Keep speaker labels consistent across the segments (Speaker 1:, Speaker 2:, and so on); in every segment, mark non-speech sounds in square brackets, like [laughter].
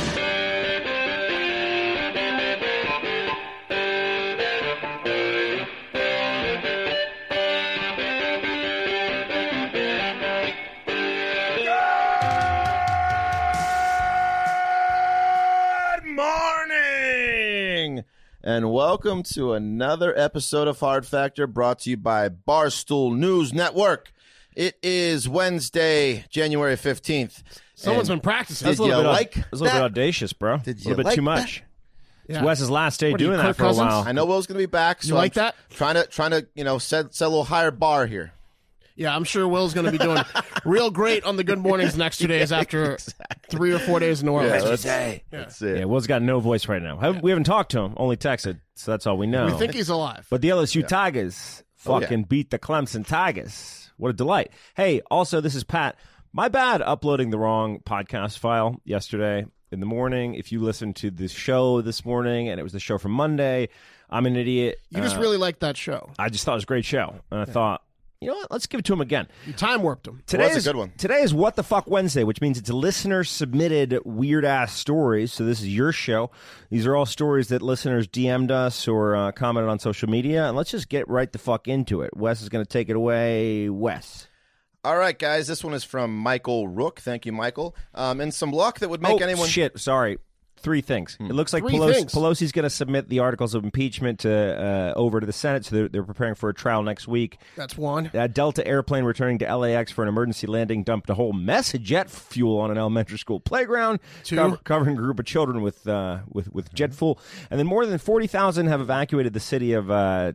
Speaker 1: yeah.
Speaker 2: Good morning, and welcome to another episode of Hard Factor brought to you by Barstool News Network. It is Wednesday, January 15th.
Speaker 3: Someone's
Speaker 2: and
Speaker 3: been practicing.
Speaker 2: Did
Speaker 3: That's a
Speaker 2: you
Speaker 3: little bit
Speaker 2: like
Speaker 4: That was a little bit
Speaker 2: that?
Speaker 4: audacious, bro.
Speaker 2: Did
Speaker 4: a
Speaker 2: you
Speaker 4: little bit
Speaker 2: like
Speaker 4: too much. It's Wes's last day
Speaker 3: What are you,
Speaker 4: doing that
Speaker 3: Kirk
Speaker 4: for a
Speaker 3: Cousins?
Speaker 4: while.
Speaker 2: I know Will's going to be back, so
Speaker 3: You like
Speaker 2: I'm
Speaker 3: that?
Speaker 2: trying to trying to you know set set a little higher bar here.
Speaker 3: yeah, I'm sure Will's going to
Speaker 4: [laughs]
Speaker 3: be doing real great on the Good Mornings next two days after three or four days in a row.
Speaker 2: that's, that's it.
Speaker 4: Yeah, Will's got no voice right now. Haven't- We haven't talked to him, only texted, so that's all we know.
Speaker 3: we think he's alive.
Speaker 4: but the LSU Tigers
Speaker 2: Oh, yeah.
Speaker 4: fucking beat the Clemson Tigers. What a delight. Hey, also, this is Pat. My bad uploading the wrong podcast file yesterday in the morning. If you listened to the show this morning and it was the show from Monday, I'm an idiot.
Speaker 3: you just
Speaker 4: Uh,
Speaker 3: really like that show.
Speaker 4: I just thought it was a great show. And I thought, you know what? Let's give it to him again.
Speaker 3: You time warped him.
Speaker 4: Today
Speaker 2: that's a
Speaker 4: is
Speaker 2: good one.
Speaker 4: Today is What the Fuck Wednesday, which means it's listener submitted weird ass stories. So this is your show. These are all stories that listeners DM'd us or uh, commented on social media. And let's just get right the fuck into it. Wes is going to take it away. Wes.
Speaker 2: All right, guys, this one is from Michael Rook. Thank you, Michael. Um, and some luck that would make
Speaker 4: oh,
Speaker 2: anyone Hmm.
Speaker 4: shit. Sorry. Three things. It looks like
Speaker 3: Three
Speaker 4: Pelosi,
Speaker 3: things.
Speaker 4: Pelosi's going to submit the articles of impeachment to uh, over to the Senate. So they're, they're preparing for a trial next week.
Speaker 3: That's
Speaker 4: [laughs]
Speaker 3: one.
Speaker 4: A Delta airplane returning to LAX for an emergency landing dumped a whole mess of jet fuel on an elementary school playground, cover- covering a group of children with uh, with with jet fuel. And then more than forty thousand have evacuated the city of uh,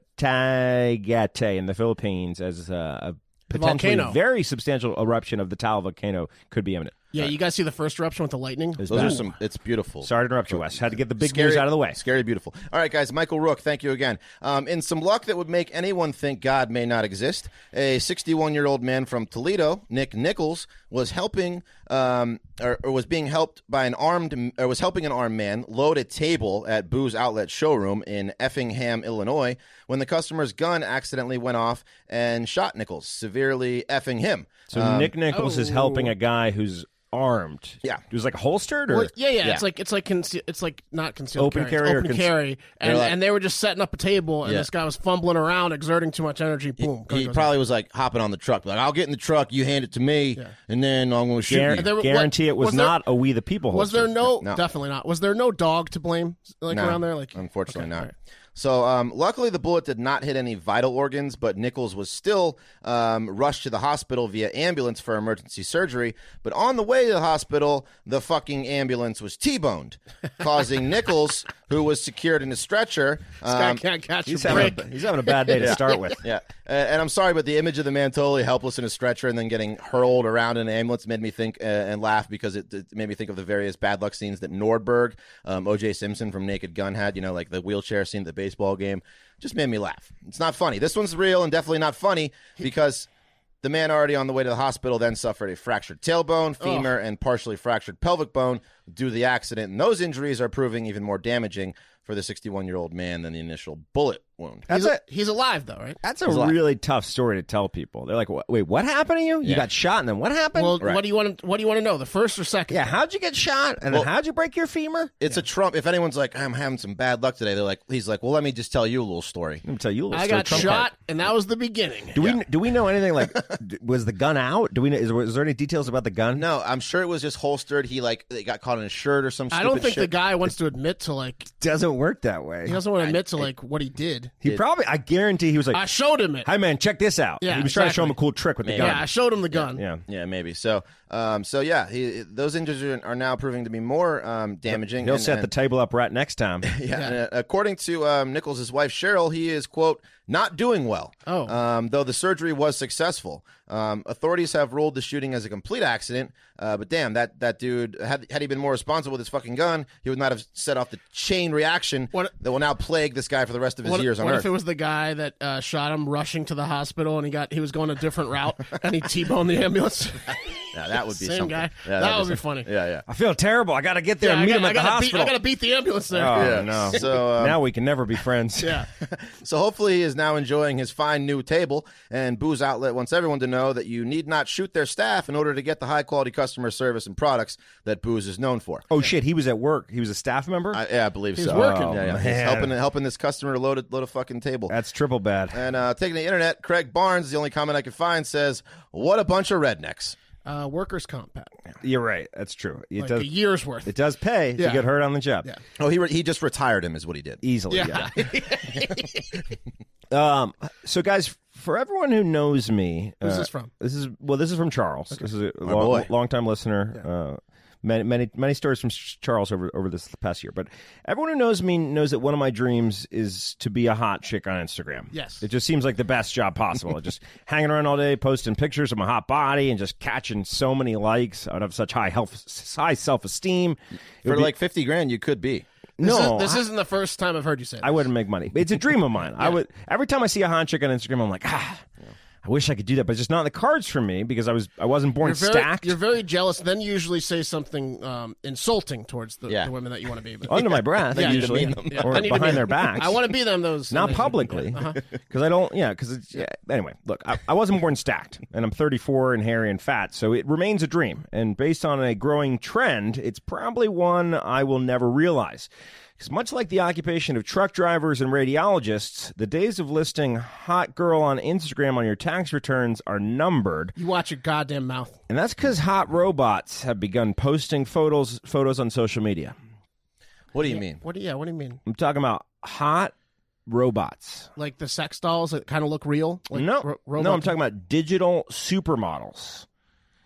Speaker 4: Tagate in the Philippines as uh, a potentially
Speaker 3: volcano.
Speaker 4: very substantial eruption of the Taal volcano could be imminent.
Speaker 3: Yeah, you guys see the first eruption with the lightning?
Speaker 4: It was
Speaker 2: Those are
Speaker 4: bad.
Speaker 2: some. It's beautiful.
Speaker 4: Sorry to interrupt you, Wes. Had to get the big news out of the way.
Speaker 2: Scary, beautiful. All right, guys. Michael Rook, thank you again. Um, in some luck that would make anyone think God may not exist, a 61 year old man from Toledo, Nick Nichols, was helping um, or, or was being helped by an armed or was helping an armed man load a table at Boo's Outlet showroom in Effingham, Illinois, when the customer's gun accidentally went off and shot Nichols, severely effing him.
Speaker 4: So
Speaker 3: um,
Speaker 4: Nick Nichols is helping a guy who's armed.
Speaker 2: Yeah.
Speaker 4: he was like holstered or
Speaker 3: Oh. Well, yeah, yeah, It's like it's like conce- it's like not concealed
Speaker 4: Open
Speaker 3: it's
Speaker 4: carry or
Speaker 3: open
Speaker 4: conce-
Speaker 3: carry, and,
Speaker 2: like-
Speaker 3: and they were just setting up a table, and
Speaker 2: Yeah.
Speaker 3: this guy was fumbling around, exerting too much energy. Boom. gun
Speaker 2: He
Speaker 3: goes
Speaker 2: probably was like hopping on the truck, like I'll get in the truck, you hand it to me, and then I'm going to shoot
Speaker 4: Guar-
Speaker 2: you.
Speaker 3: there were-
Speaker 4: guarantee
Speaker 3: what-
Speaker 4: it was,
Speaker 3: was there-
Speaker 4: not a We the People.
Speaker 3: out. Was there
Speaker 4: holster.
Speaker 3: no,
Speaker 2: No.
Speaker 3: Definitely not. Was there no dog to blame? Like
Speaker 2: No,
Speaker 3: around there, like
Speaker 4: Um,
Speaker 2: unfortunately
Speaker 3: Okay,
Speaker 2: not.
Speaker 3: all right.
Speaker 2: So um, luckily, the bullet did not hit any vital organs, but Nichols was still um, rushed to the hospital via ambulance for emergency surgery. But on the way to the hospital, the fucking ambulance was
Speaker 3: [laughs]
Speaker 2: t-boned, causing Nichols, who was secured in a stretcher,
Speaker 3: Guy
Speaker 2: um,
Speaker 3: can't catch
Speaker 4: He's
Speaker 3: a
Speaker 4: having,
Speaker 3: break.
Speaker 4: a, he's having a bad day to start with.
Speaker 2: yeah, uh, and I'm sorry, but the image of the man totally helpless in a stretcher and then getting hurled around in an ambulance made me think uh, and laugh because it, it made me think of the various bad luck scenes that Nordberg, um, O.J. Simpson from Naked Gun had. You know, like the wheelchair scene, at the baseball game, just made me laugh. It's not funny. This one's real and definitely not funny because. The man already on the way to the hospital then suffered a fractured tailbone, femur, and partially fractured pelvic bone due to the accident, and those injuries are proving even more damaging for the 61 year old man than the initial bullet wound.
Speaker 4: That's
Speaker 3: he's,
Speaker 4: a,
Speaker 3: he's alive though, right?
Speaker 4: that's a really tough story to tell people. They're like, "Wha- "Wait, what happened to you? You got shot, and then what happened?
Speaker 3: Well, what do you want? To, what do you want to know? The first or second?
Speaker 4: yeah, how'd you get shot, and
Speaker 2: Well-
Speaker 4: then how'd you break your femur?"
Speaker 2: It's a Trump. If anyone's like, I'm having some bad luck today, they're like, he's like, well, let me just tell you a little story.
Speaker 4: Let me tell you, a little
Speaker 3: I
Speaker 4: story,
Speaker 3: got
Speaker 4: Trump
Speaker 3: shot,
Speaker 4: card.
Speaker 3: and that was the beginning.
Speaker 4: Do we do we know anything?
Speaker 3: [laughs]
Speaker 4: Like, d- was the gun out? Do we know? Is, was there any details about the gun?
Speaker 2: No, I'm sure it was just holstered. He like they got caught in a shirt or some.
Speaker 3: I don't
Speaker 2: stupid
Speaker 3: think
Speaker 2: shit.
Speaker 3: the guy wants to admit to like
Speaker 4: doesn't work that way.
Speaker 3: he doesn't want to admit to like what he did.
Speaker 4: He probably, I guarantee, he was like,
Speaker 3: I showed him it.
Speaker 4: "Hey man, check this out."
Speaker 3: Yeah,
Speaker 4: he was trying to show him a
Speaker 3: exactly.
Speaker 4: cool trick with the
Speaker 2: Man.
Speaker 4: gun.
Speaker 3: yeah, I showed him the gun.
Speaker 4: Yeah.
Speaker 2: Yeah, maybe. So Um, so yeah, he, those injuries are, are now proving to be more um, damaging.
Speaker 4: He'll
Speaker 2: and-
Speaker 4: set the
Speaker 2: and-
Speaker 4: table up right next
Speaker 3: [laughs]
Speaker 4: time.
Speaker 2: yeah. and, uh, according to um, Nichols' wife Cheryl, he is quote not doing well.
Speaker 3: Oh.
Speaker 2: um, though the surgery was successful. Um, authorities have ruled the shooting as a complete accident. Uh, but damn, that that dude had had he been more responsible with his fucking gun, he would not have set off the chain reaction
Speaker 3: What-
Speaker 2: that will now plague this guy for the rest of his
Speaker 3: What,
Speaker 2: years on
Speaker 3: what
Speaker 2: earth.
Speaker 3: if it was the guy that uh, shot him rushing to the hospital and he got he was going a different route and he t-boned the ambulance?
Speaker 2: yeah, that would be
Speaker 3: [laughs] Same
Speaker 2: something.
Speaker 3: guy.
Speaker 2: Yeah,
Speaker 3: that
Speaker 2: that'd
Speaker 3: would be
Speaker 2: something.
Speaker 3: funny.
Speaker 2: Yeah, yeah.
Speaker 4: I feel terrible. I got to get there
Speaker 3: Yeah,
Speaker 4: and meet
Speaker 3: I,
Speaker 4: him
Speaker 3: got,
Speaker 4: at the
Speaker 3: to beat,
Speaker 4: hospital.
Speaker 3: I gotta beat the ambulance there.
Speaker 4: Oh
Speaker 2: Yeah.
Speaker 4: [laughs] no!
Speaker 2: So, um,
Speaker 4: now we can never be friends.
Speaker 3: Yeah.
Speaker 2: So hopefully he is now enjoying his fine new table. And Booze Outlet wants everyone to know that you need not shoot their staff in order to get the high quality customer service and products that Booze is known for.
Speaker 4: Oh shit! He was at work. He was a staff member.
Speaker 2: I, yeah, I believe so.
Speaker 3: working.
Speaker 2: Yeah, yeah.
Speaker 4: Oh,
Speaker 2: He's
Speaker 4: man.
Speaker 2: helping helping this customer load a, load a fucking table.
Speaker 4: That's triple bad.
Speaker 2: And uh, taking the internet, Craig Barnes, the only comment I could find, says, "What a bunch of rednecks."
Speaker 3: Uh, workers' comp, Pat.
Speaker 4: You're right. That's true. It
Speaker 3: Like
Speaker 4: does.
Speaker 3: a year's worth.
Speaker 4: It does pay
Speaker 3: Yeah.
Speaker 4: to get hurt on the job.
Speaker 2: Oh, he re- he just retired him, is what he did.
Speaker 4: Easily.
Speaker 3: Yeah.
Speaker 4: Yeah.
Speaker 3: [laughs]
Speaker 4: Um, so, guys, for everyone who knows me,
Speaker 3: Who's
Speaker 4: uh,
Speaker 3: this from?
Speaker 4: This is well, this is from Charles. This is a
Speaker 2: boy.
Speaker 4: long, time listener. Uh, many, many, many stories from Ch- Charles over over this past year. But everyone who knows me knows that one of my dreams is to be a hot chick on Instagram.
Speaker 3: Yes.
Speaker 4: it just seems like the best job possible. just [laughs] hanging around all day, posting pictures of my hot body, and just catching so many likes. I'd have such high health, high self esteem.
Speaker 2: For like fifty grand, you could be.
Speaker 3: This,
Speaker 4: no,
Speaker 3: is, this
Speaker 4: I-
Speaker 3: isn't the first time I've heard you say that.
Speaker 4: I wouldn't make money. It's a dream of mine.
Speaker 3: [laughs]
Speaker 4: I would every time I see a hot chick on Instagram, I'm like, ah, I wish I could do that, but it's just not in the cards for me because I was I wasn't born
Speaker 3: you're very,
Speaker 4: stacked.
Speaker 3: You're very jealous. Then you usually say something um, insulting towards the,
Speaker 2: Yeah.
Speaker 3: the women that you want to be. But,
Speaker 4: under my breath,
Speaker 3: [laughs] Yeah,
Speaker 4: usually,
Speaker 3: yeah, yeah.
Speaker 4: [laughs] or
Speaker 3: I need to be- [laughs]
Speaker 4: behind their backs.
Speaker 3: I want to be them. Those
Speaker 4: not
Speaker 3: those-
Speaker 4: publicly,
Speaker 3: [laughs] Yeah.
Speaker 4: because
Speaker 3: Uh-huh.
Speaker 4: I don't. Yeah, because yeah. anyway, look, I, I wasn't born stacked, and I'm 34 and hairy and fat, so it remains a dream. And based on a growing trend, it's probably one I will never realize. Because much like the occupation of truck drivers and radiologists, the days of listing "hot girl" on Instagram on your tax returns are numbered,
Speaker 3: You watch your goddamn mouth.
Speaker 4: and that's because hot robots have begun posting photos photos on social media.
Speaker 2: What do you mean?
Speaker 3: What do yeah? What do you mean?
Speaker 4: I'm talking about hot robots.
Speaker 3: Like the sex dolls that kind of look real? Like
Speaker 4: no,
Speaker 3: ro- robot-
Speaker 4: no, I'm talking about digital supermodels.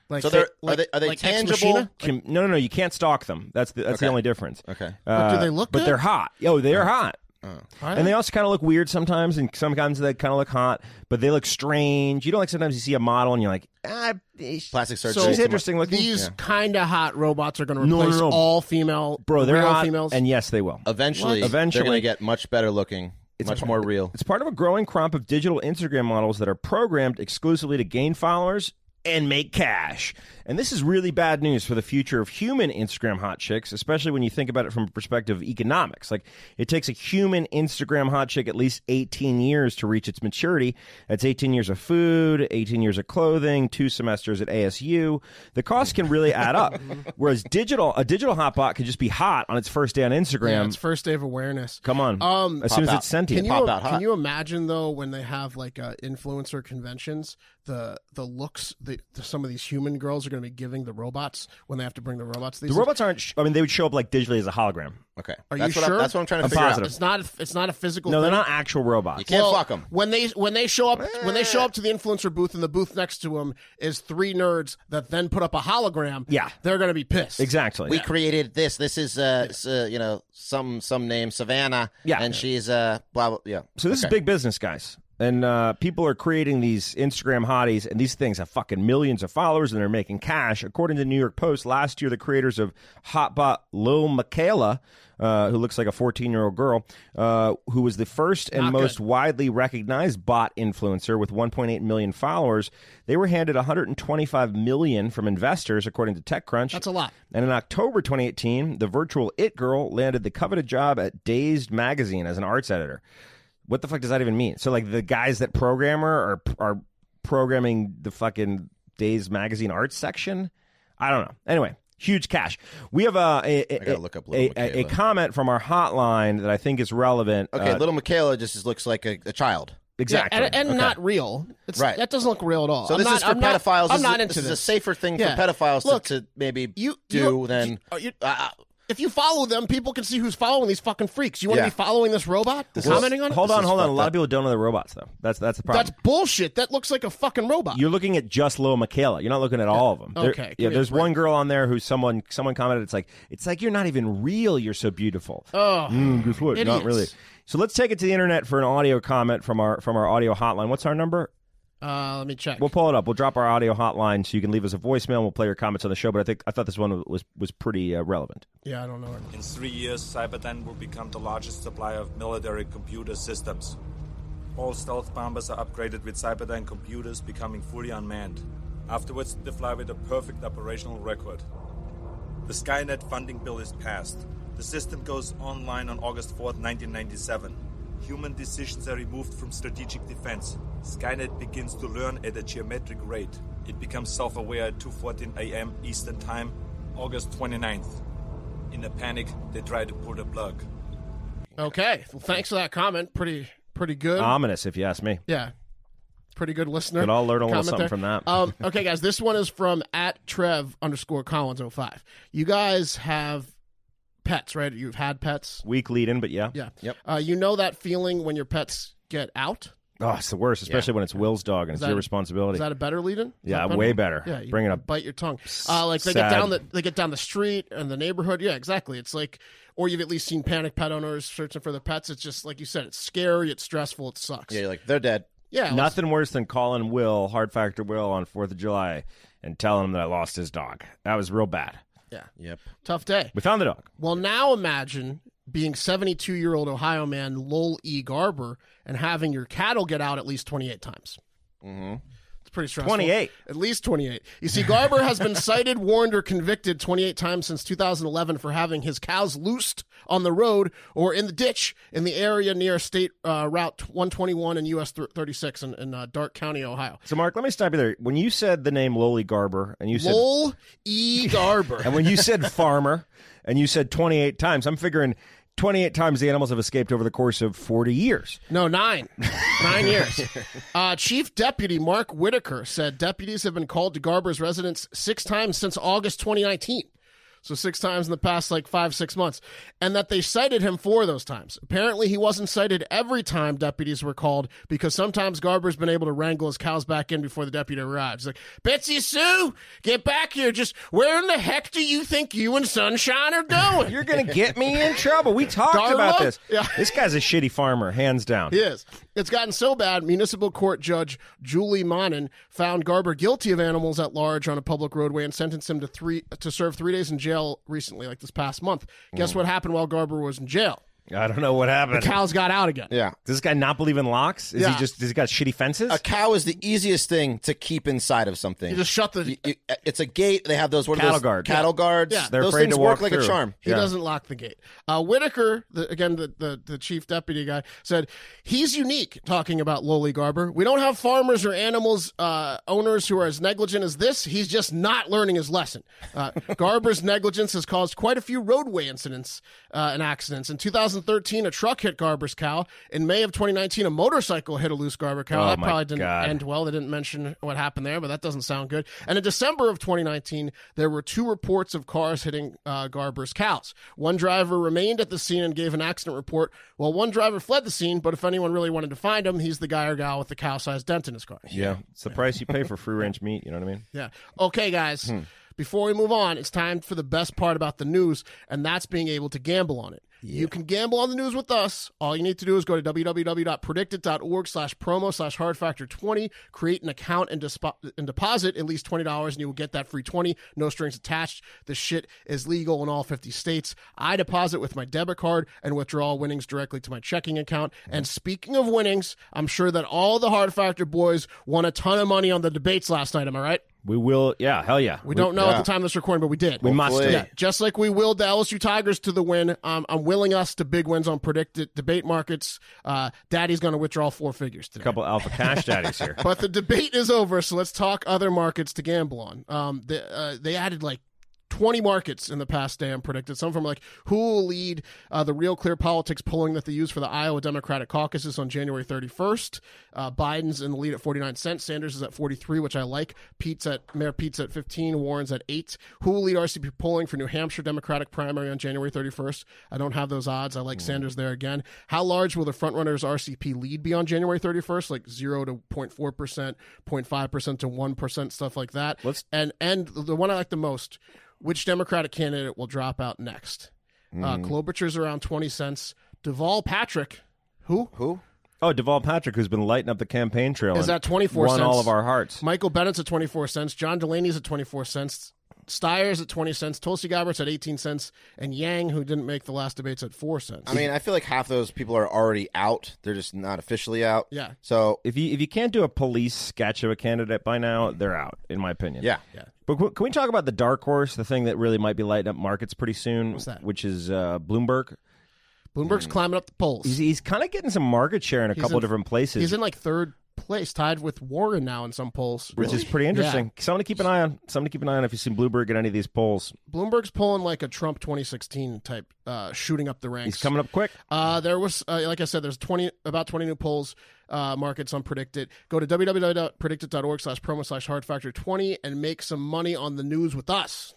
Speaker 3: Like,
Speaker 2: So they're-
Speaker 3: fa- like-
Speaker 2: are they- are they
Speaker 3: like Ex
Speaker 2: tangible?
Speaker 3: Machina?
Speaker 4: Can, no, no, no, you can't stalk them. That's the, that's the
Speaker 2: Okay.
Speaker 4: only difference.
Speaker 2: Okay.
Speaker 3: But do
Speaker 4: Uh,
Speaker 3: they look
Speaker 4: But
Speaker 3: good?
Speaker 4: they're hot. Oh, they're hot.
Speaker 3: Are
Speaker 4: And
Speaker 3: they?
Speaker 4: they also kind of look weird sometimes, and sometimes they kind of look hot, but they look strange. You know, like sometimes you see a model and you're like, ah, she's
Speaker 2: Plastic surgery.
Speaker 3: So-
Speaker 2: is too much.
Speaker 4: interesting looking.
Speaker 3: These kind of hot robots are going to
Speaker 4: No, no,
Speaker 3: replace
Speaker 4: no.
Speaker 3: all female,
Speaker 4: Bro, they're
Speaker 3: real
Speaker 4: hot,
Speaker 3: females.
Speaker 4: and yes, they will.
Speaker 2: Eventually,
Speaker 4: Eventually.
Speaker 2: they're going to get much better looking, much more real.
Speaker 4: It's part of a growing crop of digital Instagram models that are programmed exclusively to gain followers and make cash. And this is really bad news for the future of human Instagram hot chicks, especially when you think about it from a perspective of economics. Like it takes a human Instagram hot chick at least 18 years to reach its maturity. That's 18 years of food, 18 years of clothing, two semesters at ASU. The cost can really add
Speaker 3: [laughs]
Speaker 4: up.
Speaker 3: Mm-hmm.
Speaker 4: Whereas digital a digital hot bot could just be hot on its first day on Instagram.
Speaker 3: yeah, it's first day of awareness.
Speaker 4: Come on.
Speaker 3: Um,
Speaker 4: as soon as
Speaker 2: out.
Speaker 4: it's sentient.
Speaker 3: Can you
Speaker 2: pop out
Speaker 3: can
Speaker 2: hot.
Speaker 3: you imagine though when they have like uh, influencer conventions, the the looks that the, some of these human girls are going to be giving the robots when they have to bring the robots? to These
Speaker 4: The robots aren't. Sh- I mean, they would show up like digitally as a hologram.
Speaker 2: Okay.
Speaker 3: Are
Speaker 2: that's
Speaker 3: you
Speaker 2: what
Speaker 3: sure?
Speaker 2: I'm, that's what I'm trying to
Speaker 4: I'm
Speaker 2: figure
Speaker 4: positive.
Speaker 2: out.
Speaker 3: It's not. a- It's not a physical.
Speaker 4: No,
Speaker 3: thing.
Speaker 4: they're not actual robots.
Speaker 2: You can't
Speaker 3: Well,
Speaker 2: fuck Eh. them.
Speaker 3: When they when they show up when they show up to the influencer booth and the booth next to them is three nerds that then put up a hologram.
Speaker 4: Yeah.
Speaker 3: they're gonna be pissed.
Speaker 4: Exactly.
Speaker 2: we created this. This is uh, s- uh, you know some some name Savannah.
Speaker 4: Yeah.
Speaker 2: and she's uh blah blah yeah.
Speaker 4: so this is big business, guys. And uh, people are creating these Instagram hotties, and these things have fucking millions of followers, and they're making cash. According to the New York Post, last year the creators of Hotbot Lil Michaela, uh, who looks like a 14 year old girl, uh, who was the first and
Speaker 3: Not
Speaker 4: most
Speaker 3: good.
Speaker 4: widely recognized bot influencer with 1.8 million followers, they were handed 125 million from investors, according to TechCrunch.
Speaker 3: That's a lot.
Speaker 4: And in October 2018, the virtual It Girl landed the coveted job at Dazed Magazine as an arts editor. What the fuck does that even mean? So, like, the guys that programmer are are programming the fucking Dazed Magazine arts section. I don't know. Anyway, huge cash. We have a a, a,
Speaker 2: gotta look up Little
Speaker 4: a, a, a
Speaker 2: Michaela.
Speaker 4: comment from our hotline that I think is relevant.
Speaker 2: Okay,
Speaker 4: Uh,
Speaker 2: little Michaela just is- looks like a, a child.
Speaker 3: Yeah,
Speaker 4: exactly,
Speaker 3: and, and
Speaker 4: Okay.
Speaker 3: not real. It's,
Speaker 2: Right.
Speaker 3: that doesn't look real at all.
Speaker 2: So
Speaker 3: I'm
Speaker 2: this
Speaker 3: not-
Speaker 2: is for
Speaker 3: I'm not-
Speaker 2: pedophiles.
Speaker 3: I'm
Speaker 2: this
Speaker 3: not
Speaker 2: is,
Speaker 3: into
Speaker 2: this.
Speaker 3: this.
Speaker 2: is a safer thing
Speaker 3: Yeah.
Speaker 2: for pedophiles
Speaker 3: Look,
Speaker 2: to, to maybe
Speaker 3: you-
Speaker 2: do
Speaker 3: you-
Speaker 2: than
Speaker 3: you- are you-
Speaker 2: uh, uh,
Speaker 3: if you follow them, people can see who's following these fucking freaks. You want to
Speaker 2: Yeah.
Speaker 3: be following this robot? commenting on it?
Speaker 4: Hold on,
Speaker 2: is
Speaker 4: hold on. A
Speaker 2: fucked
Speaker 4: lot
Speaker 2: up.
Speaker 4: of people don't know the robots though. That's that's the problem.
Speaker 3: That's bullshit. That looks like a fucking robot.
Speaker 4: You're looking at just Lil Michaela. You're not looking at all of them. There-
Speaker 3: Okay, give
Speaker 4: yeah,
Speaker 3: me a
Speaker 4: there's
Speaker 3: break.
Speaker 4: one girl on there who someone someone commented. It's like it's like you're not even real. You're so beautiful.
Speaker 3: Oh,
Speaker 4: Mm, guess what? Not
Speaker 3: idiots.
Speaker 4: really. So let's take it to the internet for an audio comment from our from our audio hotline. What's our number?
Speaker 3: uh, let me check.
Speaker 4: We'll pull it up. We'll drop our audio hotline so you can leave us a voicemail. and We'll play your comments on the show. But I think I thought this one was was pretty uh, relevant.
Speaker 3: yeah, I don't know.
Speaker 5: In three years, Cyberdyne will become the largest supplier of military computer systems. All stealth bombers are upgraded with Cyberdyne computers, becoming fully unmanned. Afterwards, they fly with a perfect operational record. The Skynet funding bill is passed. The system goes online on August 4th, 1997. Human decisions are removed from strategic defense. Skynet begins to learn at a geometric rate. It becomes self-aware at 2:14 a.m. Eastern Time, August 29th. In a panic, they try to pull the plug.
Speaker 3: Okay, well, thanks for that comment. Pretty, pretty good.
Speaker 4: Ominous, if you ask me.
Speaker 3: yeah, pretty good listener.
Speaker 4: Um, Could all learn a little
Speaker 3: Comment
Speaker 4: something from that. [laughs]
Speaker 3: um, okay, guys, this one is from at Trev underscore Collins 05. You guys have pets, right? You've had pets.
Speaker 4: Weak lead in, but yeah.
Speaker 3: Yeah.
Speaker 2: Yep.
Speaker 3: Uh, you know that feeling when your pets get out?
Speaker 4: Oh, it's the worst, especially when it's Will's dog and it's
Speaker 3: that-
Speaker 4: your responsibility.
Speaker 3: Is that a better lead-in? Is
Speaker 4: Yeah,
Speaker 3: that
Speaker 4: way better.
Speaker 3: Yeah, you
Speaker 4: Bring it up.
Speaker 3: Bite your tongue. Uh, like they
Speaker 4: Sad.
Speaker 3: get down the they get down the street and the neighborhood. Yeah, exactly. It's like, or you've at least seen panic pet owners searching for their pets. It's just like you said. It's scary. It's stressful. It sucks.
Speaker 2: Yeah, you're like they're dead.
Speaker 3: Yeah, let's-
Speaker 4: Nothing worse than calling Will, Hard Factor Will, on 4th of July and telling him that I lost his dog. That was real bad.
Speaker 2: Yep.
Speaker 3: tough day.
Speaker 4: We found the dog.
Speaker 3: Well, now imagine being 72 year old Ohio man Lowell E. Garber and having your cattle get out at least 28 times.
Speaker 4: Mm-hmm.
Speaker 3: It's pretty stressful.
Speaker 4: 28.
Speaker 3: At least 28. You see, Garber has been cited, [laughs] warned, or convicted 28 times since 2011 for having his cows loosed on the road or in the ditch in the area near State uh, Route 121 and US thir- 36 in, in uh, Dark County, Ohio.
Speaker 4: So, Mark, let me stop you there. When you said the name Loli Garber and you said.
Speaker 3: Lowell E. Garber.
Speaker 4: [laughs] And when you
Speaker 3: [laughs]
Speaker 4: said farmer and you said 28 times, I'm figuring 28 times the animals have escaped over the course of 40 years.
Speaker 3: No, [laughs] nine. Nine years. Uh, Chief Deputy Mark Whitaker said deputies have been called to Garber's residence six times since August 2019. So, six times in the past like five, six months. And that they cited him four of those times. Apparently, he wasn't cited every time deputies were called because sometimes Garber's been able to wrangle his cows back in before the deputy arrives. Like, Betsy Sue, get back here. Just where in the heck do you think you and Sunshine are [laughs] going?
Speaker 4: You're going to get me in trouble. We talked about
Speaker 3: Darla?
Speaker 4: this.
Speaker 3: Yeah.
Speaker 4: This guy's a shitty farmer, hands down.
Speaker 3: He is. It's gotten so bad, municipal court judge Julie Monin found Garber guilty of animals at large on a public roadway and sentenced him to three to serve three days in jail recently, like this past month. Guess what happened while Garber was in jail?
Speaker 4: I don't know what happened.
Speaker 3: Cows got out again.
Speaker 2: Yeah.
Speaker 4: Does this guy not believe in locks? Is
Speaker 3: Yeah.
Speaker 4: he just, does he got shitty fences?
Speaker 2: A cow is the easiest thing to keep inside of something.
Speaker 3: You just shut the
Speaker 2: You- you- uh, it's a gate. They have those what are
Speaker 4: Cattle
Speaker 2: those?
Speaker 4: guard.
Speaker 2: Cattle guards.
Speaker 3: Yeah.
Speaker 4: They're
Speaker 2: those
Speaker 4: afraid
Speaker 2: things
Speaker 4: to
Speaker 2: work
Speaker 4: walk
Speaker 2: like a
Speaker 4: through.
Speaker 2: charm.
Speaker 3: He doesn't lock the gate. Uh, Whitaker, the, again, the, the, the chief deputy guy, said he's unique talking about Loli Garber. We don't have farmers or animals uh, owners who are as negligent as this. He's just not learning his lesson.
Speaker 4: [laughs]
Speaker 3: Uh, Garber's negligence has caused quite a few roadway incidents uh, and accidents. In 2013, a truck hit Garber's cow. In May of 2019, a motorcycle hit a loose Garber cow.
Speaker 4: Oh,
Speaker 3: that
Speaker 4: my
Speaker 3: probably didn't
Speaker 4: God.
Speaker 3: end well. They didn't mention what happened there, but that doesn't sound good. And in December of 2019, there were two reports of cars hitting uh, Garber's cows. One driver remained at the scene and gave an accident report, while one driver fled the scene. But if anyone really wanted to find him, he's the guy or gal with the cow sized dent in his car.
Speaker 4: yeah. It's the price you pay for free range meat. You know what I mean?
Speaker 3: Yeah. Okay, guys. Before we move on, it's time for the best part about the news, and that's being able to gamble on it. You can gamble on the news with us. All you need to do is go to www.predictit.org slash promo slash hard factor 20, create an account and, dispo- and deposit at least $20, and you will get that free 20. No strings attached. This shit is legal in all 50 states. I deposit with my debit card and withdraw winnings directly to my checking account. And speaking of winnings, I'm sure that all the hard factor boys won a ton of money on the debates last night. Am I right?
Speaker 4: We will. Yeah. Hell yeah.
Speaker 3: We don't know at the time of this recording, but we did.
Speaker 4: We must.
Speaker 2: Hopefully.
Speaker 4: Yeah.
Speaker 3: Just like we willed the LSU Tigers to the win, um, I'm willing us to big wins on predicted debate markets. Uh, Daddy's going to withdraw four figures today.
Speaker 4: couple alpha
Speaker 3: [laughs]
Speaker 4: cash daddies here.
Speaker 3: But the debate is over, so let's talk other markets to gamble on. Um, the, uh, they added like 20 markets in the past day. I'm predicted some from like who will lead uh, the Real Clear Politics polling that they use for the Iowa Democratic caucuses on January 31st. Uh, Biden's in the lead at 49 cents. Sanders is at 43, which I like. Pete's at Mayor Pete's at 15. Warren's at eight. Who will lead RCP polling for New Hampshire Democratic primary on January 31st? I don't have those odds. I like Sanders there again. How large will the frontrunners RCP lead be on January 31st? Like zero to 0.4 percent, 0.5 percent to one percent, stuff like that.
Speaker 4: Let's-
Speaker 3: and and the one I like the most, which Democratic candidate will drop out next? Uh, Klobuchar's around 20 cents. Deval Patrick, who
Speaker 2: Who?
Speaker 4: Oh, Deval Patrick, who's been lighting up the campaign trail,
Speaker 3: Is
Speaker 4: and
Speaker 3: at 24
Speaker 4: won all
Speaker 3: cents.
Speaker 4: of our hearts.
Speaker 3: Michael Bennett's at 24 cents. John Delaney's at 24 cents. Steyer's at 20 cents. Tulsi Gabbert's at 18 cents. And Yang, who didn't make the last debates, at 4 cents.
Speaker 2: I mean, I feel like half those people are already out. They're just not officially out.
Speaker 3: Yeah.
Speaker 2: So
Speaker 4: If you if you can't do a police sketch of a candidate by now, they're out, in my opinion.
Speaker 2: yeah,
Speaker 4: But qu- can we talk about the dark horse, the thing that really might be lighting up markets pretty soon? What's
Speaker 3: that?
Speaker 4: Which is uh, Bloomberg.
Speaker 3: Bloomberg's climbing up the polls.
Speaker 4: He's, he's kind of getting some market share in a
Speaker 3: He's
Speaker 4: couple
Speaker 3: in-
Speaker 4: different places,
Speaker 3: He's in like third place, tied with Warren now in some polls.
Speaker 4: which is pretty interesting. Something to keep an eye on. Something to keep an eye on if you see Bloomberg at any of these polls.
Speaker 3: Bloomberg's pulling like a Trump 2016 type, uh, shooting up the ranks.
Speaker 4: He's coming up quick.
Speaker 3: Uh, there was, uh, like I said, there's 20, about 20 new polls, uh, markets on Predicted. Go to www.predicted.org slash promo slash hard factor 20 and make some money on the news with us.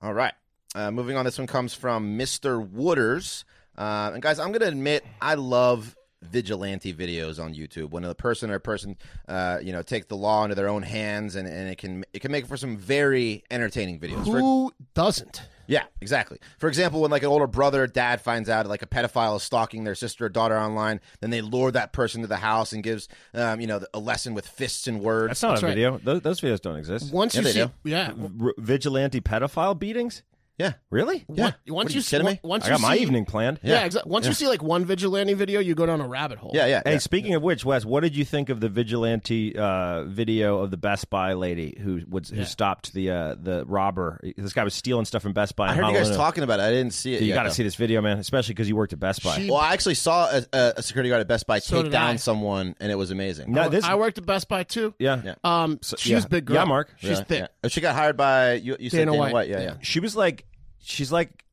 Speaker 2: All right. Uh, moving on, this one comes from Mr. Wooders. Uh, and guys, I'm going to admit I love vigilante videos on YouTube when a person or a person, uh, you know, take the law into their own hands, and, and it can it can make for some very entertaining videos. For-
Speaker 3: Who doesn't?
Speaker 2: yeah, exactly. For example, when like an older brother or dad finds out like a pedophile is stalking their sister or daughter online, then they lure that person to the house and gives, um, you know, a lesson with fists and words.
Speaker 4: That's not a video. Those, those videos don't exist.
Speaker 3: Once
Speaker 2: Yeah,
Speaker 3: you
Speaker 2: they
Speaker 3: see,
Speaker 2: do.
Speaker 3: yeah,
Speaker 4: R- vigilante pedophile beatings?
Speaker 2: yeah,
Speaker 4: Really?
Speaker 2: yeah.
Speaker 3: Once- once
Speaker 2: What, are
Speaker 3: you
Speaker 2: you
Speaker 3: see-
Speaker 2: kidding me?
Speaker 3: once
Speaker 4: I
Speaker 3: you
Speaker 4: got my
Speaker 3: see-
Speaker 4: evening planned.
Speaker 3: yeah, exactly. Once you see like one vigilante video, you go down a rabbit hole.
Speaker 2: Yeah, yeah.
Speaker 4: Hey,
Speaker 2: yeah.
Speaker 4: speaking of which, Wes, what did you think of the vigilante uh, video of the Best Buy lady who was, who stopped the uh, the robber? This guy was stealing stuff from Best Buy.
Speaker 2: I
Speaker 4: in
Speaker 2: heard you guys
Speaker 4: Honolulu.
Speaker 2: talking about it. I didn't see it.
Speaker 4: Dude, you
Speaker 2: yet,
Speaker 4: got to
Speaker 2: though.
Speaker 4: see this video, man, especially because you worked at Best Buy.
Speaker 3: She-
Speaker 2: Well, I actually saw a, a, a security guard at Best Buy take
Speaker 3: did
Speaker 2: down
Speaker 3: I.
Speaker 2: someone, and it was amazing.
Speaker 4: no, this,
Speaker 3: I worked at Best Buy too.
Speaker 4: yeah.
Speaker 2: Yeah.
Speaker 3: Um, she was
Speaker 4: yeah.
Speaker 3: big girl.
Speaker 4: Yeah, Mark.
Speaker 3: She's
Speaker 2: Really?
Speaker 3: thick.
Speaker 2: Yeah. Oh, She got hired by you. You said
Speaker 3: Dana
Speaker 2: Dana
Speaker 3: White.
Speaker 2: White. Yeah,
Speaker 3: Yeah.
Speaker 2: yeah.
Speaker 4: she was like, she's like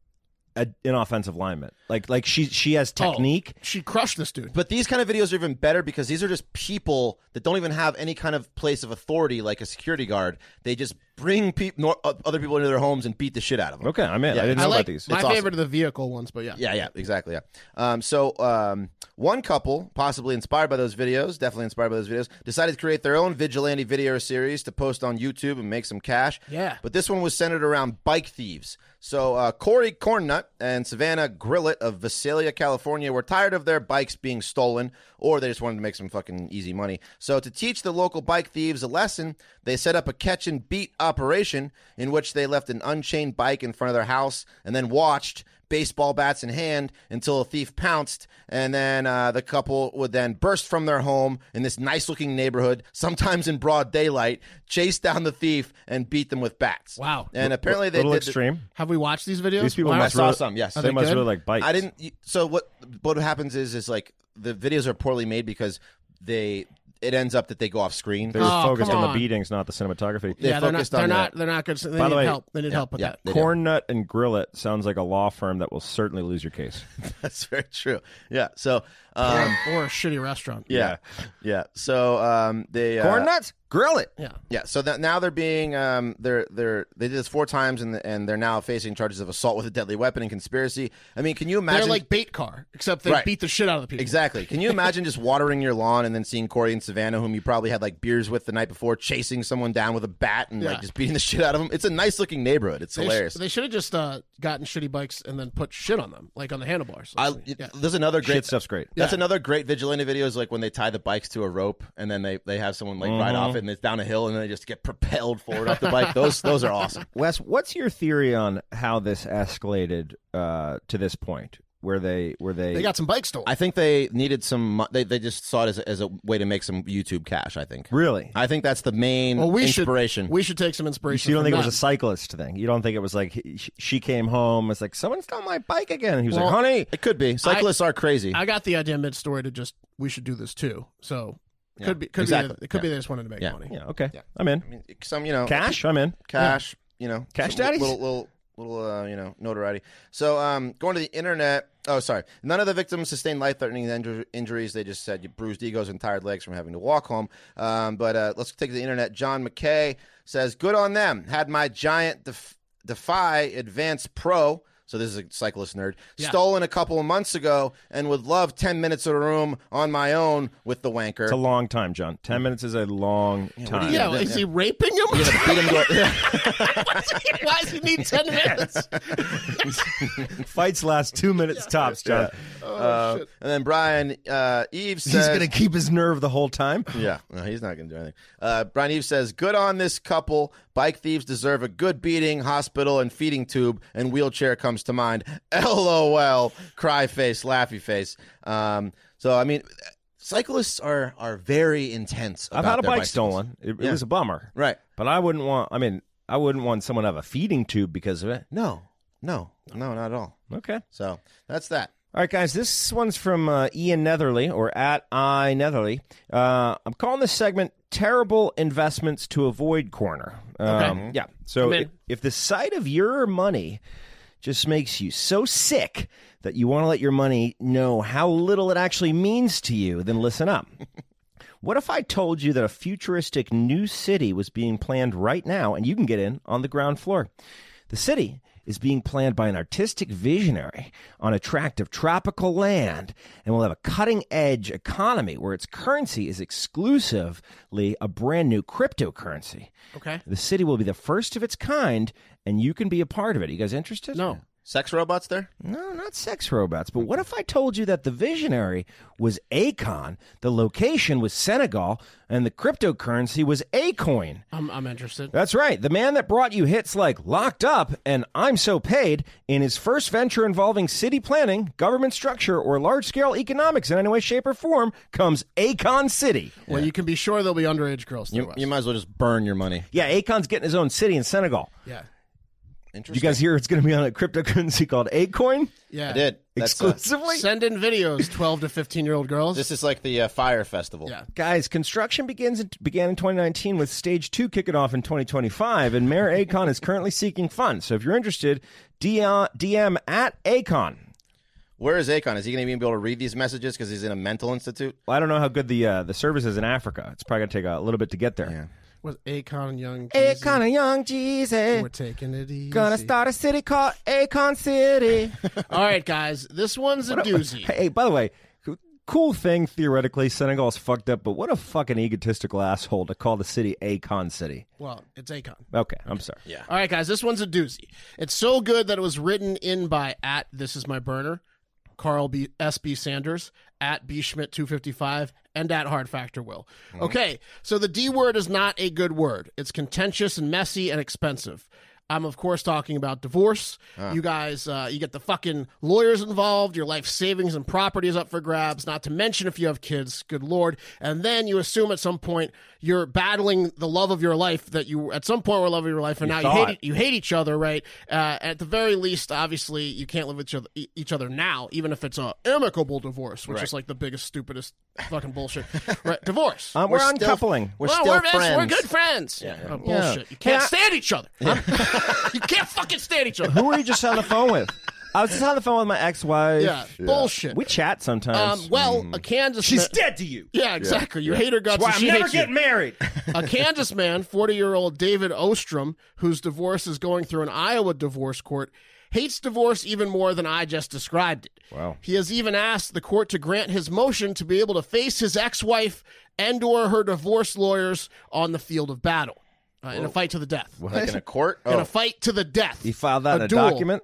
Speaker 4: a, an offensive lineman. Like, like she she has
Speaker 3: Oh,
Speaker 4: technique.
Speaker 3: she crushed this dude.
Speaker 2: But these kind of videos are even better because these are just people that don't even have any kind of place of authority, like a security guard. They just bring peop nor- uh, other people into their homes and beat the shit out of them.
Speaker 4: Okay, I'm in.
Speaker 2: Yeah.
Speaker 4: I didn't know
Speaker 3: I like
Speaker 4: about these.
Speaker 3: my
Speaker 2: It's awesome.
Speaker 3: favorite of the vehicle ones, but yeah,
Speaker 2: Yeah, yeah, exactly. Yeah. Um, so um, one couple, possibly inspired by those videos, definitely inspired by those videos, decided to create their own vigilante video series to post on YouTube and make some cash.
Speaker 3: Yeah.
Speaker 2: But this one was centered around bike thieves. So uh, Corey Cornnut and Savannah Grillett of Visalia, California, were tired of their bikes being stolen, or they just wanted to make some fucking easy money. So to teach the local bike thieves a lesson, they set up a catch and beat operation in which they left an unchained bike in front of their house and then watched baseball bats in hand until a thief pounced, and then uh, the couple would then burst from their home in this nice looking neighborhood, sometimes in broad daylight, chase down the thief and beat them with bats.
Speaker 3: Wow.
Speaker 2: And apparently they
Speaker 4: little
Speaker 2: did.
Speaker 4: extreme.
Speaker 3: Have we watched these videos?
Speaker 4: These people
Speaker 3: Why
Speaker 4: must
Speaker 2: I saw
Speaker 4: really,
Speaker 2: some, yes. Are
Speaker 4: they
Speaker 3: they
Speaker 4: must
Speaker 3: good?
Speaker 4: really like bikes.
Speaker 2: I didn't. So what? What happens is is like the videos are poorly made because they it ends up that they go off screen.
Speaker 4: They were
Speaker 3: Oh,
Speaker 4: focused
Speaker 3: come
Speaker 4: on.
Speaker 3: on.
Speaker 4: the beatings, not the cinematography.
Speaker 2: They
Speaker 3: yeah, they're not.
Speaker 2: focused
Speaker 3: They're
Speaker 2: on
Speaker 3: not.
Speaker 2: that.
Speaker 3: They're not good. They
Speaker 4: By
Speaker 3: need
Speaker 4: the way-
Speaker 3: help. They need help with
Speaker 2: yeah,
Speaker 3: that.
Speaker 2: they do.
Speaker 4: Corn nut and grill it sounds like a law firm that will certainly lose your case.
Speaker 2: [laughs] That's very true. Yeah. So. Um,
Speaker 3: or a shitty restaurant.
Speaker 2: yeah. Yeah. So um, they uh,
Speaker 4: nuts, grill it.
Speaker 3: Yeah.
Speaker 2: Yeah, so that now they're being um, they're they're they did this four times and and they're now facing charges of assault with a deadly weapon and conspiracy. I mean, can you imagine?
Speaker 3: They're like bait car, except they
Speaker 2: Right.
Speaker 3: beat the shit out of the people.
Speaker 2: exactly. Can you imagine just watering your lawn and then seeing Corey and Savannah, whom you probably had like beers with the night before, chasing someone down with a bat and
Speaker 3: Yeah.
Speaker 2: like just beating the shit out of them? It's a nice looking neighborhood. It's
Speaker 3: They sh-
Speaker 2: hilarious.
Speaker 3: They should have just uh, gotten shitty bikes and then put shit on them, like on the handlebars.
Speaker 2: I,
Speaker 3: yeah.
Speaker 2: There's another great
Speaker 4: Shit stuff's great.
Speaker 2: That's
Speaker 3: Yeah.
Speaker 2: another great vigilante video is like when they tie the bikes to a rope and then they, they have someone like ride off and it's down a hill and then they just get propelled forward off the bike. Those those are awesome.
Speaker 4: Wes, what's your theory on how this escalated uh, to this point, where they where they,
Speaker 3: They got some bike stolen.
Speaker 2: I think they needed some. mo- They they just saw it as a, as a way to make some YouTube cash. I think.
Speaker 4: really?
Speaker 2: I think that's the main
Speaker 3: well, we
Speaker 2: inspiration.
Speaker 3: Should, we should take some inspiration.
Speaker 4: you don't
Speaker 3: from
Speaker 4: think it
Speaker 3: them.
Speaker 4: was a cyclist thing? You don't think it was like he, she- she came home? It's like someone stole my bike again. And he was
Speaker 3: Well,
Speaker 4: like, "Honey,
Speaker 2: it could be. Cyclists are crazy.
Speaker 3: I got the idea mid story to just we should do this too. So could be could
Speaker 2: exactly.
Speaker 3: be it could
Speaker 2: Yeah.
Speaker 3: be they just wanted to make
Speaker 2: Yeah.
Speaker 3: money.
Speaker 4: yeah, okay, I'm in.
Speaker 2: some you know
Speaker 4: Cash, I'm in.
Speaker 2: cash you know,
Speaker 4: Cash
Speaker 2: some
Speaker 4: daddies?
Speaker 2: Little little little uh, you know notoriety. So um, going to the internet. Oh, sorry. None of the victims sustained life-threatening inju- injuries. They just said bruised egos and tired legs from having to walk home. Um, but uh, let's take the internet. John McKay says, "Good on them. Had my giant def- Defy Advance Pro." So this is a cyclist nerd. Stolen a couple of months ago, and would love ten minutes of room on my own with the wanker. Uh,
Speaker 4: It's a long time, John. Ten minutes is a long time.
Speaker 3: Yeah, is he raping him?
Speaker 2: Beat him to a-
Speaker 3: [laughs] Why does he need
Speaker 2: [laughs]
Speaker 3: ten minutes?
Speaker 4: Fights last two minutes tops, John.
Speaker 2: Uh, and then Brian uh, Eve says,
Speaker 4: He's going to keep his nerve the wole time.
Speaker 2: "Yeah, no, he's not going to do anything." Uh, Brian Eve says, "Good on this couple. Bike thieves deserve a good beating, hospital and feeding tube, and wheelchair comes to mind." [laughs] LOL, cry face, laughy face. Um, so I mean, cyclists are are very intense.
Speaker 4: I've
Speaker 2: about
Speaker 4: had a
Speaker 2: their
Speaker 4: bike
Speaker 2: bicycles.
Speaker 4: stolen. It, it
Speaker 2: Yeah.
Speaker 4: was a bummer.
Speaker 2: right?
Speaker 4: But I wouldn't want, I mean, I wouldn't want someone to have a feeding tube because of it.
Speaker 2: No, no, no, not at all.
Speaker 4: Okay.
Speaker 2: So that's that.
Speaker 4: All right, guys, this one's from uh, Ian Netherly or at I Netherly. Uh, I'm calling this segment Terrible Investments to Avoid Corner. Um, Yeah. So
Speaker 3: in.
Speaker 4: if, if the sight of your money just makes you so sick that you want to let your money know how little it actually means to you, then listen up. What if I told you that a futuristic new city was being planned right now and you can get in on the ground floor? The city is being planned by an artistic visionary on a tract of tropical land and will have a cutting edge economy where its currency is exclusively a brand new cryptocurrency.
Speaker 3: okay.
Speaker 4: The city will be the first of its kind and you can be a part of it. you guys interested?
Speaker 3: No.
Speaker 2: Sex robots there?
Speaker 4: No, not sex robots. But what if I told you that the visionary was Akon, the location was Senegal, and the cryptocurrency was Acoin?
Speaker 3: I'm I'm interested.
Speaker 4: That's right. The man that brought you hits like Locked Up and I'm So Paid in his first venture involving city planning, government structure, or large scale economics in any way, shape, or form comes Akon City.
Speaker 3: Well, you can be sure there'll be underage girls.
Speaker 2: You,
Speaker 3: through us.
Speaker 2: you might as well just burn your money.
Speaker 4: Yeah, Akon's getting his own city in Senegal.
Speaker 3: yeah.
Speaker 4: You
Speaker 2: Interesting.
Speaker 4: guys hear it's going to be on a cryptocurrency called Acoin
Speaker 3: Yeah.
Speaker 2: I did. That's, uh,
Speaker 4: exclusively?
Speaker 3: Send in videos, twelve to fifteen year old girls.
Speaker 2: this is like the uh, fire festival.
Speaker 3: Yeah.
Speaker 4: Guys, construction begins began in 2019 with stage two kicking off in 2025, and Mayor Akon is currently seeking funds. So if you're interested, DM, DM at Akon.
Speaker 2: Where is Akon? Is he going to even be able to read these messages because he's in a mental institute?
Speaker 4: Well, I don't know how good the uh, the service is in Africa. It's probably gonna take a little bit to get there.
Speaker 3: with Akon Young. Jeezy.
Speaker 4: Akon and Young
Speaker 3: We're
Speaker 4: Jeezy
Speaker 3: taking it easy.
Speaker 4: gonna start a city called Akon City.
Speaker 3: All right, guys. This one's a doozy.
Speaker 4: hey, by the way. c- Cool thing theoretically, Senegal's fucked up, but what a fucking egotistical asshole to call the city Akon City.
Speaker 3: Well, it's Akon.
Speaker 4: Okay, I'm sorry.
Speaker 2: Yeah.
Speaker 3: All right, guys, this one's a doozy. It's so good that it was written in by at this is my burner, Carl B S B Sanders at B Schmidt two fifty five and at Hard Factor Will. Okay, so the D word is not a good word. It's contentious and messy and expensive. I'm of course talking about divorce. You guys, uh, you get the fucking lawyers involved. Your life savings and property is up for grabs. Not to mention if you have kids. Good lord! And then you assume at some point you're battling the love of your life that you at some point were love of your life, and now you hate it, you hate each other, right? Uh, at the very least, obviously, you can't live with each other, e- each other now, even if it's a amicable divorce, which is like the biggest, stupidest fucking bullshit. [laughs] right? Divorce.
Speaker 4: Um, we're,
Speaker 2: We're still-
Speaker 4: uncoupling.
Speaker 2: We're
Speaker 3: Well,
Speaker 2: still
Speaker 3: we're, best-
Speaker 2: friends.
Speaker 3: we're good friends. Oh, bullshit. You can't stand each other. [laughs] you can't fucking stand each other.
Speaker 4: Who were you just on the phone with? I was just on the phone with my ex-wife.
Speaker 3: Yeah, bullshit.
Speaker 4: We chat sometimes.
Speaker 3: um, well, a Kansas.
Speaker 4: She's
Speaker 3: man-
Speaker 4: dead to you.
Speaker 3: Yeah, exactly. You hate her guts.
Speaker 4: That's why
Speaker 3: and
Speaker 4: I'm never
Speaker 3: she hates you.
Speaker 4: getting married.
Speaker 3: a Kansas man, 40 year old David Ostrom, whose divorce is going through an Iowa divorce court, hates divorce even more than I just described it. Wow. He has even asked the court to grant his motion to be able to face his ex wife and or her divorce lawyers on the field of battle uh, in a fight to the death.
Speaker 2: Like in a court?
Speaker 3: In
Speaker 2: Oh,
Speaker 3: a fight to the death.
Speaker 4: He filed that in a
Speaker 3: duel.
Speaker 4: document.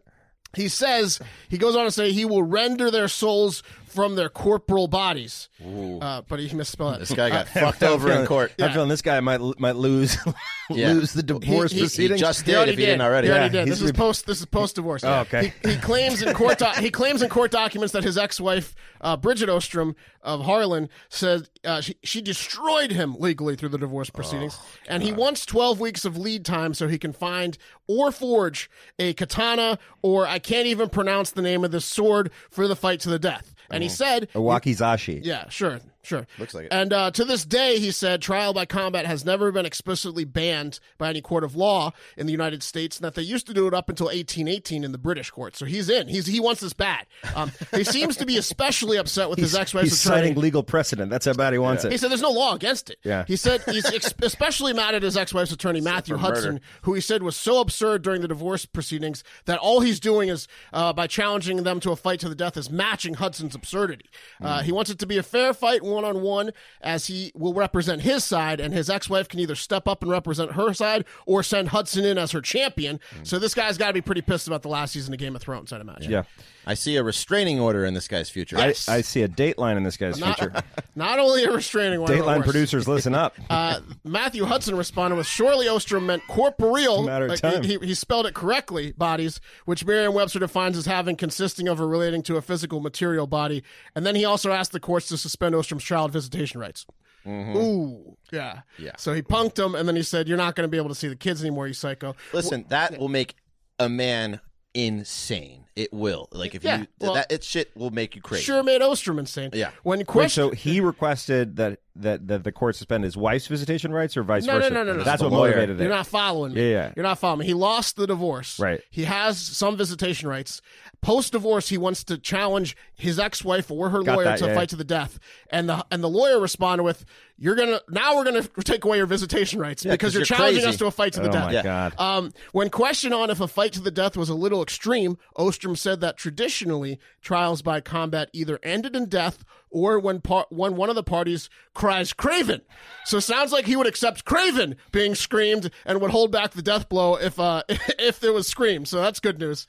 Speaker 3: He says, he goes on to say, he will render their souls from their corporal bodies. Uh, but he misspelled it.
Speaker 2: this guy
Speaker 3: [laughs]
Speaker 2: got fucked over in court.
Speaker 4: I'm feeling this guy might might lose [laughs]
Speaker 2: Yeah.
Speaker 4: lose the divorce
Speaker 3: He- he- he
Speaker 4: proceedings.
Speaker 2: Just did if he didn't already.
Speaker 3: He
Speaker 4: Yeah,
Speaker 3: did.
Speaker 4: he's
Speaker 3: This is
Speaker 4: re-
Speaker 3: post. This is post divorce.
Speaker 2: Oh,
Speaker 4: okay.
Speaker 3: He, he claims in court. doc- he claims in court documents that his ex-wife uh, Bridget Ostrom of Harlan said uh, she, she destroyed him legally through the divorce
Speaker 2: Oh,
Speaker 3: proceedings, and he wants twelve weeks of lead time so he can find or forge a katana or I can't even
Speaker 2: Mm.
Speaker 3: pronounce the name of this sword for the fight to the death. And he said,
Speaker 4: Wakizashi.
Speaker 3: "Yeah, sure." Sure.
Speaker 2: Looks like it.
Speaker 3: And uh, to this day, he said trial by combat has never been explicitly banned by any court of law in the United States, and that they used to do it up until 1818 in the British court. So he's in. He's he wants this bad. Um, he seems to be especially upset with his ex-wife's
Speaker 4: He's
Speaker 3: attorney.
Speaker 4: citing legal precedent. That's how bad he wants
Speaker 3: He
Speaker 4: it.
Speaker 3: said there's no law against it.
Speaker 4: Yeah.
Speaker 3: He said
Speaker 4: [laughs]
Speaker 3: he's ex- especially mad at his ex-wife's attorney Matthew
Speaker 2: for
Speaker 3: Hudson,
Speaker 2: murder.
Speaker 3: who he said was so absurd during the divorce proceedings that all he's doing is uh, by challenging them to a fight to the death is matching Hudson's absurdity. Uh,
Speaker 4: Hmm.
Speaker 3: he wants it to be a fair fight, one on one, as he will represent his side, and his ex-wife can either step up and represent her side or send Hudson in as her champion. So this guy's got to be pretty pissed about the last season of Game of Thrones, I'd imagine.
Speaker 4: Hmm. Yeah.
Speaker 2: I see a restraining order in this guy's future.
Speaker 4: I, I see a dateline in this guy's
Speaker 3: [laughs]
Speaker 4: future.
Speaker 3: Not, not only a restraining order. but
Speaker 4: Dateline
Speaker 3: worse.
Speaker 4: producers, listen up.
Speaker 3: Uh, Matthew Hudson responded with "Surely Ostrom meant corporeal.
Speaker 4: It's a matter of
Speaker 3: like,
Speaker 4: time.
Speaker 3: He, he- he spelled it correctly. Bodies, which Merriam-Webster defines as having consisting of or relating to a physical material body." And then he also asked the courts to suspend Ostrom's child visitation rights.
Speaker 4: Mm-hmm.
Speaker 3: Ooh, yeah,
Speaker 2: Yeah.
Speaker 3: So he punked him, and then he said, "You're not going to be able to see the kids anymore, you psycho."
Speaker 2: Listen, that will make a man insane. It will. Like if
Speaker 3: Yeah,
Speaker 2: you
Speaker 3: well-
Speaker 2: that it shit will make you crazy.
Speaker 3: Sure made Ostrom insane.
Speaker 2: Yeah.
Speaker 3: When
Speaker 4: Wait,
Speaker 3: questioned,
Speaker 4: so he requested that, that that the court suspend his wife's visitation rights or vice
Speaker 3: No, no,
Speaker 4: versa?
Speaker 3: no, no, no.
Speaker 4: That's
Speaker 3: The
Speaker 4: what
Speaker 2: lawyer.
Speaker 4: motivated it.
Speaker 3: You're not following me.
Speaker 4: Yeah, yeah.
Speaker 3: You're not following me. He lost the divorce.
Speaker 4: Right.
Speaker 3: He has some visitation rights. Post divorce, he wants to challenge his ex wife or her
Speaker 4: Got
Speaker 3: lawyer
Speaker 4: that,
Speaker 3: to
Speaker 4: yeah,
Speaker 3: fight
Speaker 4: yeah.
Speaker 3: to the death. And the and the lawyer responded with, You're gonna now we're gonna [laughs] take away your visitation rights because
Speaker 2: 'cause
Speaker 3: you're,
Speaker 2: you're
Speaker 3: challenging
Speaker 2: crazy.
Speaker 3: us to a fight to the
Speaker 4: oh
Speaker 3: death.
Speaker 4: my god.
Speaker 3: Um, when questioned on if a fight to the death was a little extreme, Ostrom said that traditionally trials by combat either ended in death or when par- when one of the parties cries "Craven." So it sounds like he would accept "Craven" being screamed and would hold back the death blow if uh, [laughs] if there was scream. So that's good news.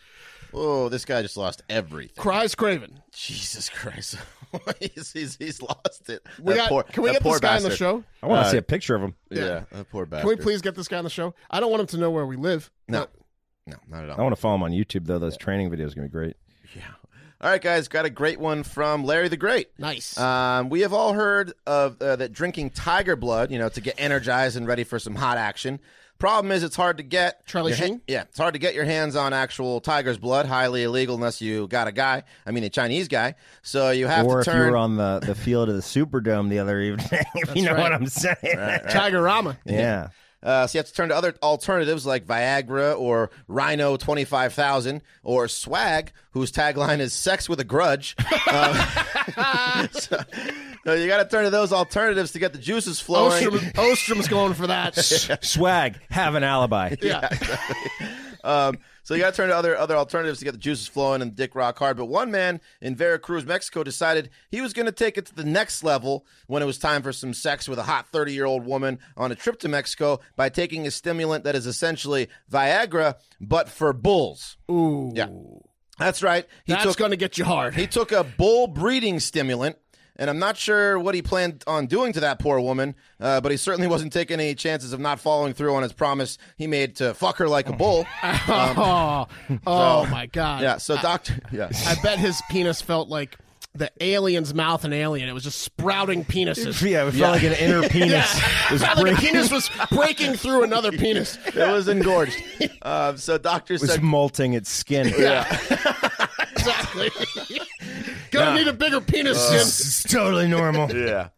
Speaker 2: Oh, this guy just lost everything.
Speaker 3: Cries "Craven."
Speaker 2: Jesus Christ. [laughs] he's, he's, he's lost it.
Speaker 3: We
Speaker 2: That
Speaker 3: got,
Speaker 2: poor-
Speaker 3: can we
Speaker 2: that
Speaker 3: get
Speaker 2: poor
Speaker 3: this guy on the
Speaker 2: bastard.
Speaker 3: show?
Speaker 4: I want to
Speaker 2: uh,
Speaker 4: see a picture of him.
Speaker 2: Yeah,
Speaker 3: Yeah.
Speaker 2: that poor bastard.
Speaker 3: Can we please get this guy on the show? I don't want him to know where we live.
Speaker 2: No. No, not at all.
Speaker 4: I want to follow him on YouTube though. Those training videos gonna be great.
Speaker 2: All right, guys, got a great one from Larry the Great.
Speaker 3: Nice.
Speaker 2: Um, we have all heard of uh, that drinking tiger blood, you know, to get energized and ready for some hot action. Problem is, it's hard to get
Speaker 3: Charlie
Speaker 2: your
Speaker 3: Sheen?
Speaker 2: yeah, it's hard to get your hands on actual tiger's blood. Highly illegal unless you got a guy. I mean, a Chinese guy. So you have
Speaker 4: Or
Speaker 2: to
Speaker 4: if you
Speaker 2: turn.
Speaker 4: were on the, the field of the Superdome the other evening, [laughs] if you know what I'm saying.
Speaker 3: Tiger Rama.
Speaker 4: [laughs] Yeah.
Speaker 2: Uh, so you have to turn to other alternatives like Viagra or Rhino 25,000 or Swag, whose tagline is sex with a
Speaker 4: [laughs]
Speaker 2: grudge. Uh, [laughs] so, so you got to turn to those alternatives to get the juices
Speaker 4: Oh,
Speaker 2: flowing.
Speaker 3: Ostrom, Ostrom's going
Speaker 2: [laughs]
Speaker 3: for that.
Speaker 4: Swag, have an alibi.
Speaker 3: Yeah.
Speaker 2: Um, so you got to turn to other other alternatives to get the juices flowing and dick rock hard. But one man in Veracruz, Mexico, decided he was going to take it to the next level when it was time for some sex with a hot thirty year old woman on a trip to Mexico by taking a stimulant that is essentially Viagra but for bulls. Ooh, yeah, that's right. He
Speaker 3: That's
Speaker 2: took
Speaker 3: going to get you hard.
Speaker 2: he took a bull breeding stimulant. And I'm not sure what he planned on doing to that poor woman, uh, but he certainly wasn't taking any chances of not following through on his promise he made to fuck her like a bull.
Speaker 3: [laughs] oh, oh my god!
Speaker 2: Yeah.
Speaker 4: Ah.
Speaker 2: So Doctor. [laughs]
Speaker 4: [laughs]
Speaker 2: Yeah.
Speaker 3: I bet his penis felt like the alien's mouth an alien. It was just
Speaker 2: [laughs]
Speaker 3: sprouting penises.
Speaker 4: [laughs] Yeah, it felt like an inner penis was
Speaker 3: Sounded [laughs] like a
Speaker 4: breaking-
Speaker 3: penis was breaking
Speaker 2: [laughs]
Speaker 3: through another penis.
Speaker 2: It was engorged. Um, so Doctor
Speaker 4: was
Speaker 2: said.
Speaker 4: molting its skin. [laughs]
Speaker 2: Yeah. [laughs]
Speaker 3: Exactly. Gonna need a bigger penis. Jim.
Speaker 4: It's totally normal.
Speaker 2: Yeah.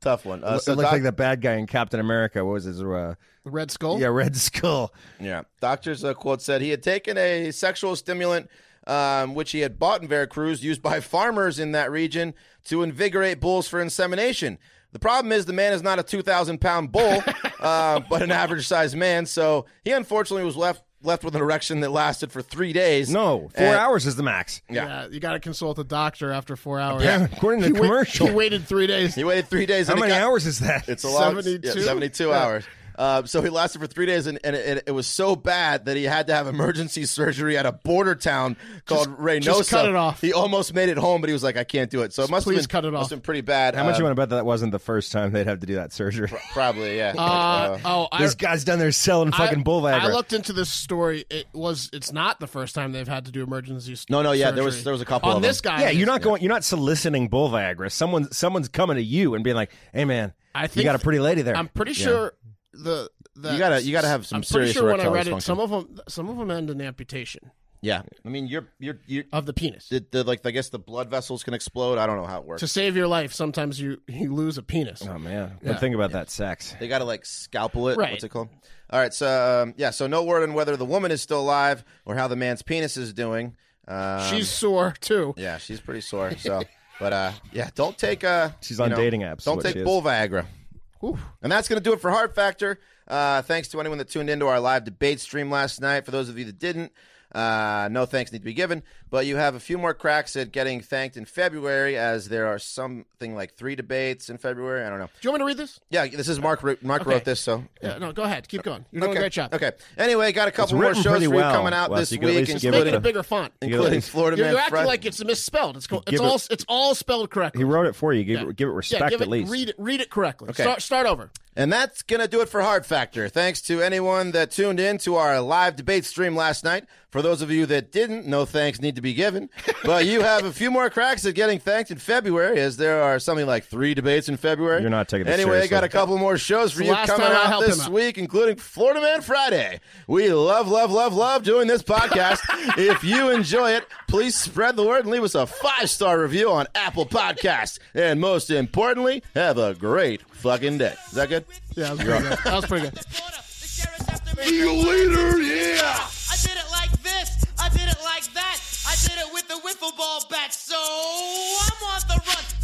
Speaker 2: Tough one. Uh,
Speaker 4: It
Speaker 2: so
Speaker 4: looked
Speaker 2: doc-
Speaker 4: like the bad guy in Captain America. What was his? Uh,
Speaker 3: The Red Skull.
Speaker 4: yeah, Red Skull.
Speaker 2: Yeah. Doctor's uh, quote said he had taken a sexual stimulant, um, which he had bought in Veracruz, used by farmers in that region to invigorate bulls for insemination. The problem is the man is not a 2,000 pound
Speaker 4: [laughs]
Speaker 2: bull, uh, but an average sized man. So he unfortunately was left left with an erection that lasted for three days.
Speaker 4: No, four
Speaker 2: And-
Speaker 4: hours is the max.
Speaker 3: Yeah, you got to consult the doctor after four hours.
Speaker 4: [laughs] According to
Speaker 3: He
Speaker 4: the
Speaker 3: wait-
Speaker 4: commercial,
Speaker 3: he waited three days.
Speaker 2: He waited three days.
Speaker 4: how
Speaker 2: and he
Speaker 4: many
Speaker 2: got-
Speaker 4: hours is that?
Speaker 2: It's a lot.
Speaker 3: 72?
Speaker 2: 72, 72 hours. Uh, so he lasted for three days, and, and it, it was so bad that he had to have emergency [laughs] surgery at a border town called Reynosa.
Speaker 3: just cut it off.
Speaker 2: He almost made it home, but he was like, "I can't do it." So it must have
Speaker 3: please
Speaker 2: been,
Speaker 3: cut it
Speaker 2: must
Speaker 3: off.
Speaker 2: have been pretty bad.
Speaker 4: How much
Speaker 2: Uh,
Speaker 4: you want to bet that wasn't the first time they'd have to do that surgery?
Speaker 2: Probably, yeah.
Speaker 3: Uh,
Speaker 2: Like, uh,
Speaker 3: oh, I,
Speaker 4: this guy's down there selling fucking
Speaker 3: I,
Speaker 4: bull Viagra.
Speaker 3: I looked into this story. It was. It's not the first time they've had to do emergency. s-
Speaker 2: No, no, yeah, there was-
Speaker 3: surgery.
Speaker 2: there was a couple
Speaker 3: on
Speaker 2: of
Speaker 3: this
Speaker 2: them.
Speaker 3: guy.
Speaker 4: yeah,
Speaker 3: it
Speaker 4: you're
Speaker 3: is.
Speaker 4: not going. You're not soliciting bull Viagra. Someone, someone's coming to you and being like, "Hey, man,
Speaker 3: I
Speaker 4: you
Speaker 3: think-
Speaker 4: got a pretty lady there."
Speaker 3: I'm pretty sure the, the
Speaker 2: You gotta- you gotta have some
Speaker 3: uh, I'm
Speaker 2: serious
Speaker 3: pretty sure when I
Speaker 2: erectile
Speaker 3: read it,
Speaker 2: dysfunction.
Speaker 3: some of them some of them end in amputation.
Speaker 2: Yeah, I mean, you're you're you.
Speaker 3: of the penis.
Speaker 2: The, the, like I guess the blood vessels can explode. I don't know how it works.
Speaker 3: to save your life, sometimes you, you lose a penis.
Speaker 4: Oh man, but think about that sex.
Speaker 2: They got to like scalpel it.
Speaker 3: Right.
Speaker 2: What's it called? All right. So um, yeah. So no word on whether the woman is still alive or how the man's penis is doing. Um,
Speaker 3: She's sore too.
Speaker 2: yeah, she's pretty sore. So, [laughs] but uh, yeah, don't take uh,
Speaker 4: She's
Speaker 2: you
Speaker 4: on
Speaker 2: know,
Speaker 4: dating apps,
Speaker 2: Don't
Speaker 4: what she
Speaker 2: take
Speaker 4: is.
Speaker 2: bull Viagra. And that's going to do it for Heart Factor. Uh, thanks to anyone that tuned into our live debate stream last night. For those of you that didn't, uh, no thanks need to be given. But you have a few more cracks at getting thanked in February, as there are something like three debates in February. I don't know.
Speaker 3: Do you want me to read this?
Speaker 2: Yeah, this is Mark. wrote- Mark
Speaker 3: Okay.
Speaker 2: wrote this, so
Speaker 3: Yeah, no, go ahead. Keep going. You're doing
Speaker 2: okay.
Speaker 3: a great job.
Speaker 2: Okay. Anyway, got a couple more
Speaker 4: written
Speaker 2: shows
Speaker 4: pretty
Speaker 2: for you
Speaker 4: well,
Speaker 2: coming out
Speaker 4: Wes.
Speaker 2: this
Speaker 4: You could at
Speaker 2: week,
Speaker 4: least give
Speaker 3: Make
Speaker 4: Give
Speaker 3: it
Speaker 4: it
Speaker 3: a
Speaker 4: a-
Speaker 3: bigger font. You're,
Speaker 2: including Florida
Speaker 3: you're
Speaker 2: Man
Speaker 3: acting
Speaker 2: Fred.
Speaker 3: like it's misspelled. It's co-
Speaker 4: Give
Speaker 3: it's
Speaker 4: it-
Speaker 3: all it's all spelled correctly.
Speaker 4: He wrote it for you. Give, give it
Speaker 3: Yeah,
Speaker 4: respect
Speaker 3: give
Speaker 4: at
Speaker 3: it-
Speaker 4: least.
Speaker 3: Read it, read it correctly.
Speaker 2: Okay.
Speaker 3: Start, start over.
Speaker 2: And that's going to do it for Hard Factor. Thanks to anyone that tuned in to our live debate stream last night. For those of you that didn't, no thanks need to be
Speaker 4: [laughs]
Speaker 2: given. But you have a few more cracks at getting thanked in February, as there are something like three debates in February.
Speaker 4: You're not taking this
Speaker 2: Anyway, I got a
Speaker 4: seriously.
Speaker 2: couple more shows for
Speaker 3: It's
Speaker 2: you
Speaker 3: the last
Speaker 2: coming
Speaker 3: time I
Speaker 2: out
Speaker 3: helped
Speaker 2: this
Speaker 3: him out.
Speaker 2: week, including Florida Man Friday. We love, love, love, love doing this podcast. if you enjoy it, please spread the word and leave us a five star review on Apple Podcasts. And most importantly, have a great fucking day. Is that good?
Speaker 3: Yeah, that was pretty good. That was pretty good.
Speaker 1: See you later, yeah!
Speaker 6: I did it like this. I did it like that. I did it with the wiffle ball bat. So I'm on the run.